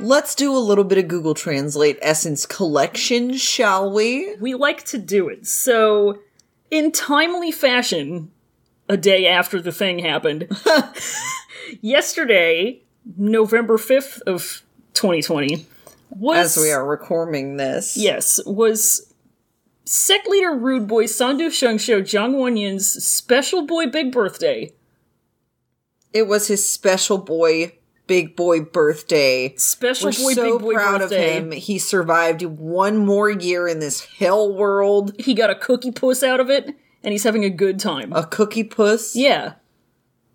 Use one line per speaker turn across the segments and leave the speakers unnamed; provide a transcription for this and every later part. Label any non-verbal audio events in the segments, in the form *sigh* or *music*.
Let's do a little bit of Google Translate Essence collection, shall we?
We like to do it. So, in timely fashion, a day after the thing happened, *laughs* yesterday, November 5th of 2020, was
As we are recording this.
Yes, was sect leader Rude Boy Sandu Shungsho Jang Wonyin's special boy big birthday.
It was his special boy, big boy birthday.
Special
We're
boy
so
big boy
proud
birthday.
of him. He survived one more year in this hell world.
He got a cookie puss out of it, and he's having a good time.
A cookie puss.
yeah,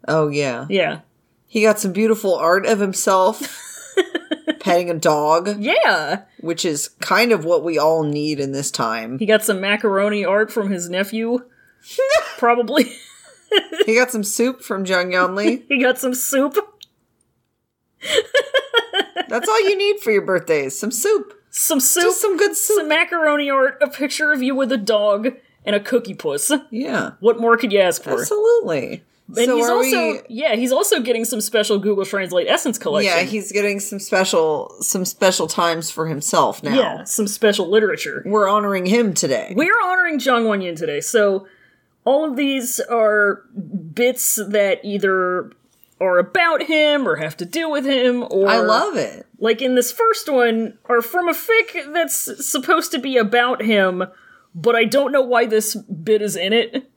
Oh, yeah.
yeah,
He got some beautiful art of
*laughs*
himself petting a dog,
yeah.
which is kind of what we all need in this time.
He got some macaroni art from his
*laughs*
nephew. Probably.
He got some soup from Jung
*laughs*
Yonli.
He got some soup.
That's all you need for your birthday is some soup.
Some soup.
Just some good soup.
some macaroni art, a picture of you with a dog, and a cookie puss.
Yeah.
What more could you ask for?
Absolutely.
And
so
he's
are
also
we
yeah, he's also getting some special Google Translate Essence collection.
Yeah, he's getting some special some special times for himself now.
yeah, some special literature.
We're honoring him today.
We're honoring Zhang Wenyin today, so all of these are bits that either are about him or have to do with him or
I love it.
like in this first one are from a fic that's supposed to be about him, but I don't know why this bit is in it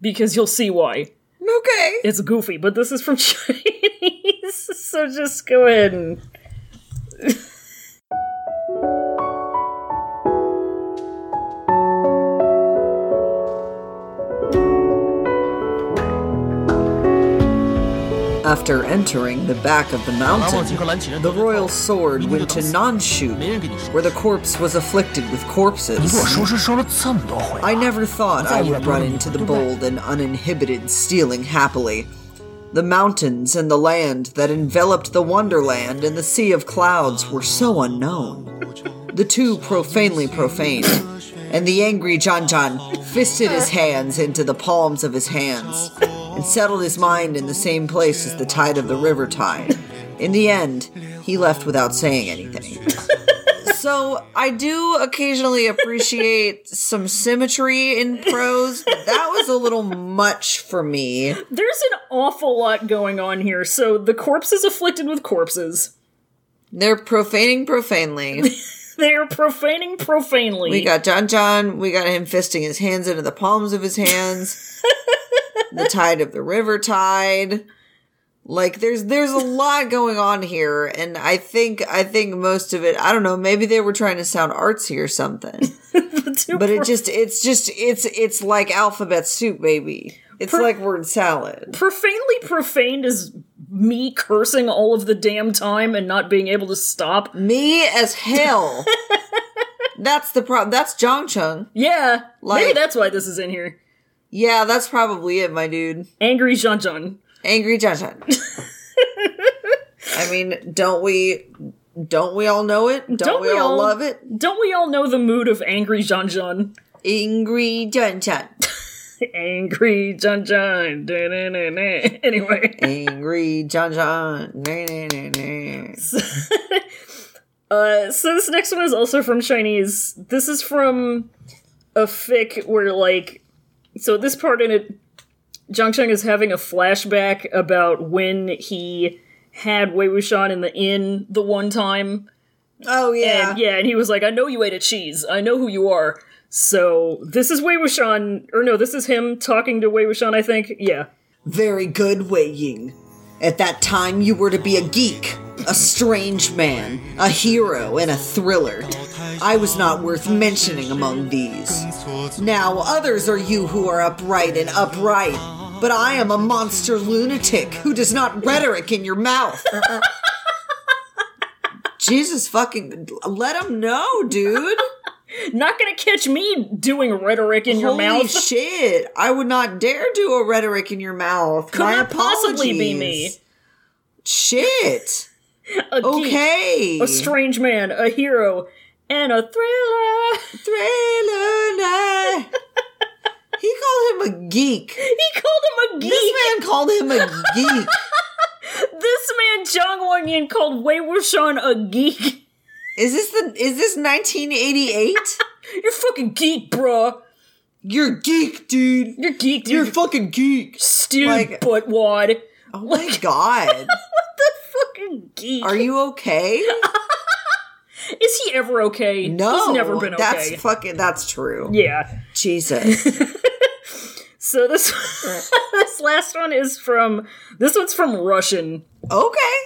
because you'll see why.
Okay.
It's goofy, but this is from *laughs* Chinese, so just go ahead and
After entering the back of the
而往
mountain,
这个蓝旗人
the royal sword went to Nanshu,
没人跟你说
where。the corpse was afflicted with
你给我
corpses.
收尸收了这么多回了，
I never thought I
thought you
would
were
run
doing
into
it.
the bold and uninhibited stealing happily. The mountains and the land that enveloped the wonderland and the sea of clouds were so unknown. The two profanely profaned, and the angry John John fisted his hands into the palms of his hands and settled his mind in the same place as the tide of the river tide. In the end, he left without saying anything. So I do occasionally appreciate some symmetry in prose, but that was a little much for me.
There's an awful lot going on here. So the corpse is afflicted with corpses.
They're profaning profanely.
They are profaning profanely.
We got John John, we got him fisting his hands into the palms of his hands. the tide of the river tide. Like there's there's a lot going on here, and I think I think most of it I don't know, maybe they were trying to sound artsy or something.
*laughs* The two
But it
pro-
just it's just it's it's like alphabet soup, baby. It's like word salad.
profanely profaned is me cursing all of the damn time and not being able to stop.
Me as *laughs* hell. that's the problem. That's Jong Chung.
Yeah, maybe
Like-
that's why this is in here.
Yeah, that's probably it, my dude.
Angry Jean Jean.
Angry Jong *laughs* Chung. I mean, don't we? Don't we all know it? Don't, we, all, love it?
Don't we all know the mood of angry Jean Jean?
Angry Jong Chung.
*laughs* Angry Jean Jean. Da-na-na-na. *laughs* Anyway.
Angry Jong Chung. *laughs* Nah, nah, nah, nah.
Uh, so this next one is also from Chinese. This is from a fic where like so this part in it Zhang Cheng is having a flashback about when he had Wei Wuxian in the inn the one time.
Oh yeah.
And yeah, and he was like, I know you ate a cheese. I know who you are. So this is Wei Wuxian or no, this is him talking to Wei Wuxian, I think. Yeah.
Very good, Wei Ying. At that time, you were to be a geek, a strange man, a hero, and a thriller. I was not worth mentioning among these. Now, others are you who are upright and upright, but I am a monster lunatic who does not rhetoric in your mouth. Jesus fucking, let him know, dude.
Not gonna catch me doing rhetoric in your
Holy
mouth. *laughs*
shit! I would not dare do a rhetoric in your mouth.
Could
My
not possibly be
apologies.
me.
Shit.
A geek.
Okay.
a strange man, a hero, and a thriller. *laughs*
Thriller night. He called him a geek.
He called him a geek. *laughs*
This man called him a geek.
This man, Jong Won Yin called Wei Wuxian a geek. *laughs*
Is this the is this 1988?
You're fucking geek, bruh.
You're geek, dude.
You're geek, dude.
You're fucking geek.
stupid
like-
butt wad.
Oh my
*laughs*
god.
Fucking geek.
Are you okay?
Is he ever okay?
No.
He's never been
That's
okay.
fucking that's true.
yeah.
Jesus.
So this *laughs* this last one is from this one's from Russian.
Okay.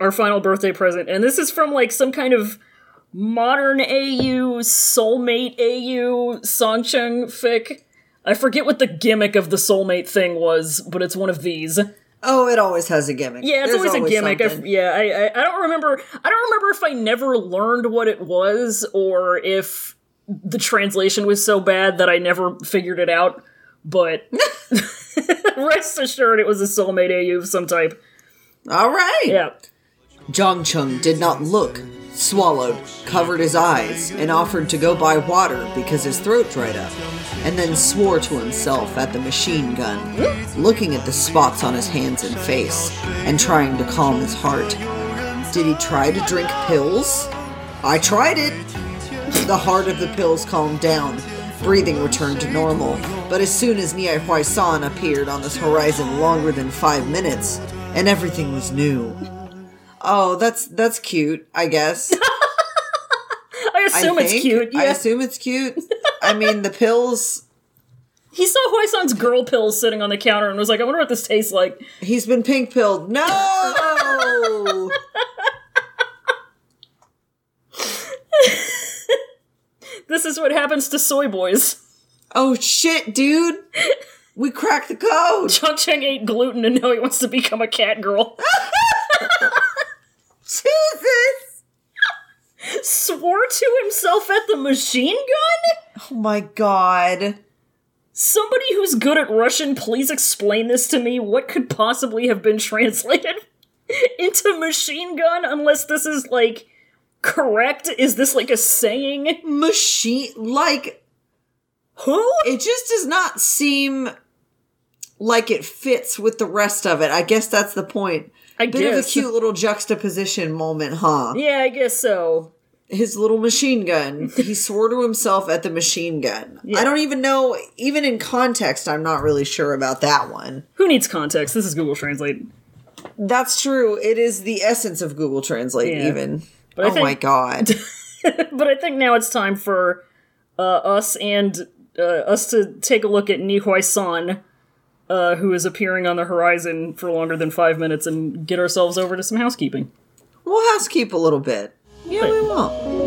our final birthday present. And this is from like some kind of modern AU, soulmate AU, Songcheng fic. I forget what the gimmick of the soulmate thing was, but it's one of these. Yeah,
Oh, it always has a gimmick.
it's
There's
always, a gimmick. I f-
something.
yeah, I, I, I don't remember. I don't remember if I never learned what it was or if the translation was so bad that I never figured it out.
*laughs*
But rest assured, it was a soulmate AU of some type.
All right.
Yeah.
Jong Chung did not look, swallowed, covered his eyes, and offered to go buy water because his throat dried up, and then swore to himself at the machine gun, looking at the spots on his hands and face, and trying to calm his heart. Did he try to drink pills? I tried it. The heart of the pills calmed down. Breathing returned to normal, but as soon as Niai Huai San appeared on this horizon longer than five minutes, and everything was new. Oh, that's that's cute,
*laughs*
I guess.
I
I
assume it's
think.
cute. Yeah.
I assume it's cute. I mean, the pills.
He saw Hoisan's girl pills sitting on the counter and was like, I wonder what this tastes like.
He's been pink pilled.
*laughs*
No.
This is what happens to soy boys. *laughs*
oh shit, dude. We cracked the
*laughs*
code.
Chung Cheng ate gluten and now he wants to become a cat girl. *laughs*
Jesus.
Swore to himself at the machine gun?
Oh my god.
Somebody who's good at Russian, please explain this to me. What could possibly have been *laughs* translated into machine gun unless this is like correct? Is this like a saying?
Machine like
Who?
it just does not seem like it fits with the rest of it. I guess that's the point.
I
Bit of a
guess.
cute little juxtaposition moment, huh?
yeah, I guess so.
his little machine gun.
*laughs*
He swore to himself at the machine gun. I don't even know, even in context, I'm not really sure about that one.
Who needs context? This is Google Translate.
That's true. It is the essence of Google Translate,
Yeah.
even.
I
oh my
think-
God.
*laughs* but I think now it's time for uh, us and uh, us to take a look at Nihuai San, uh, who is appearing on the horizon for longer than five minutes, and get ourselves over to some housekeeping.
we'll housekeep a little bit. Yeah, we won't.